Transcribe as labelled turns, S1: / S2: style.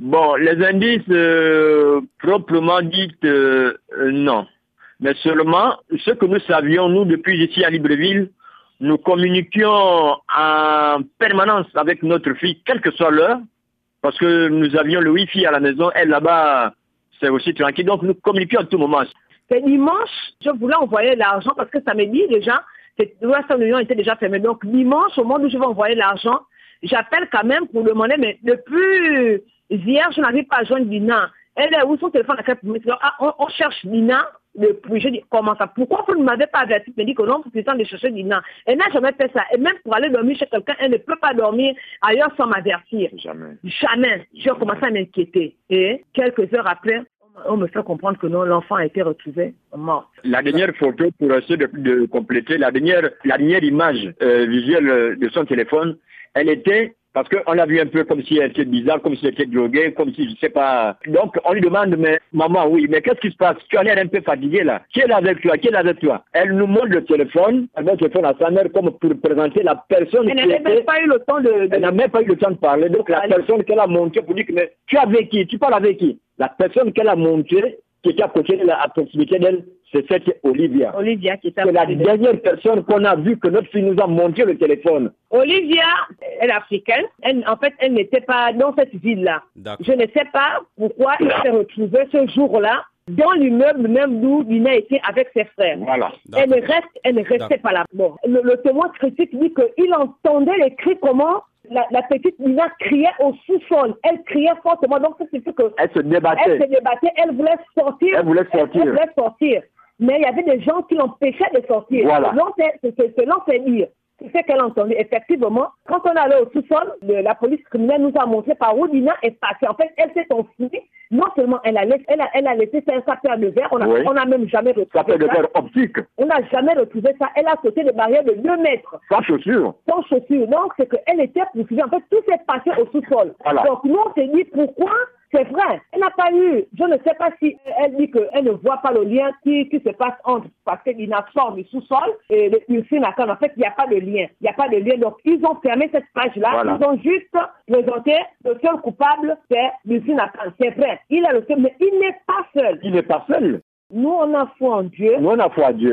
S1: Bon, les indices euh, proprement dit, euh, euh, non. Mais seulement, ce que nous savions, nous, depuis ici à Libreville, nous communiquions en permanence avec notre fille, quelle que soit l'heure, parce que nous avions le Wi-Fi à la maison, elle là-bas, c'est aussi tranquille. Donc, nous communiquions à tout moment.
S2: C'est dimanche, je voulais envoyer l'argent parce que samedi déjà, Western Union était déjà fermée. Donc dimanche, au moment où je vais envoyer l'argent, j'appelle quand même pour demander, mais depuis hier, je n'arrive pas à joindre Lina. Elle est où son téléphone à pour me dire, ah, on, on cherche Lina depuis. Je dis, comment ça Pourquoi vous ne m'avez pas averti Elle me dit que non, c'est temps de chercher Lina. Elle n'a jamais fait ça. Et même pour aller dormir chez quelqu'un, elle ne peut pas dormir ailleurs sans m'avertir.
S1: Jamais.
S2: Jamais. J'ai commencé à m'inquiéter. Et quelques heures après, on me fait comprendre que non, l'enfant a été retrouvé mort.
S1: La dernière photo, pour essayer de, de compléter, la dernière, la dernière image euh, visuelle euh, de son téléphone, elle était, parce qu'on l'a vu un peu comme si elle était bizarre, comme si elle était droguée, comme si je sais pas. Donc on lui demande, mais maman, oui, mais qu'est-ce qui se passe Tu as l'air un peu fatiguée là. Qui est là avec toi Qui est là avec toi Elle nous montre le téléphone, elle met le téléphone à sa mère comme pour présenter la personne
S2: Elle
S1: qui
S2: n'avait
S1: était.
S2: même pas eu le temps de... de-
S1: Elle n'a même pas eu le temps de parler. Donc la
S2: Allez.
S1: personne qu'elle a montée pour dire que mais tu es avec qui Tu parles avec qui La personne qu'elle a montée, qui était à côté d'elle, à proximité d'elle, c'est cette Olivia.
S2: Oh, Olivia qui était à
S1: C'est la
S2: côté de-
S1: dernière personne qu'on a vue que notre fille nous a montré le téléphone.
S2: Olivia, elle est africaine. Elle, en fait, elle n'était pas dans cette ville-là.
S3: D'accord.
S2: Je ne sais pas pourquoi elle s'est retrouvée ce jour-là dans l'immeuble même où Lina était avec ses frères.
S1: Voilà.
S2: Elle ne,
S3: D'accord.
S2: reste, elle ne restait
S3: D'accord.
S2: pas là. Bon, le, le témoin critique dit qu'il entendait les cris, comment la, la petite Lina criait au sous-sol. Elle criait fortement. Donc, ça signifie que
S1: Elle se
S2: elle
S1: débattait.
S2: se débattait, elle voulait sortir.
S1: Elle voulait sortir.
S2: Elle voulait sortir. Mais il y avait des gens qui l'empêchaient de sortir.
S1: Voilà.
S2: Selon ses- se- se- Selon ses dires. C'est ce qu'elle entendait. Effectivement, quand on allait au sous-sol, le- la police criminelle nous a montré par où Lina est passée. En fait, elle s'est enfuie. Non seulement elle a laissé, elle a, elle a laissé faire sa paire de verre, on n'a
S1: Oui.
S2: même jamais
S1: Ça
S2: retrouvé
S1: fait de
S2: ça.
S1: faire optique,
S2: On n'a jamais retrouvé ça. Elle a sauté des barrières de 2 mètres
S1: sans chaussures.
S2: sans chaussures. Donc, c'est qu'elle était poursuivie. En fait, tout s'est passé au sous-sol.
S1: Voilà.
S2: Donc, nous, on s'est dit, pourquoi c'est vrai Elle n'a pas eu. Je ne sais pas si elle dit qu'elle ne voit pas le lien qui, qui se passe entre parce qu'il n'a sort du sous-sol et le piercing à Cannes. En fait, il n'y a pas de lien. Il n'y a pas de lien. Donc, ils ont fermé cette page-là.
S1: Voilà.
S2: Ils ont juste présenté le seul coupable, c'est Lucien Akan. C'est vrai. Il est le seul, mais il n'est pas seul.
S1: Il n'est pas seul.
S2: Nous, on a foi en Dieu.
S1: Nous, on a foi à Dieu.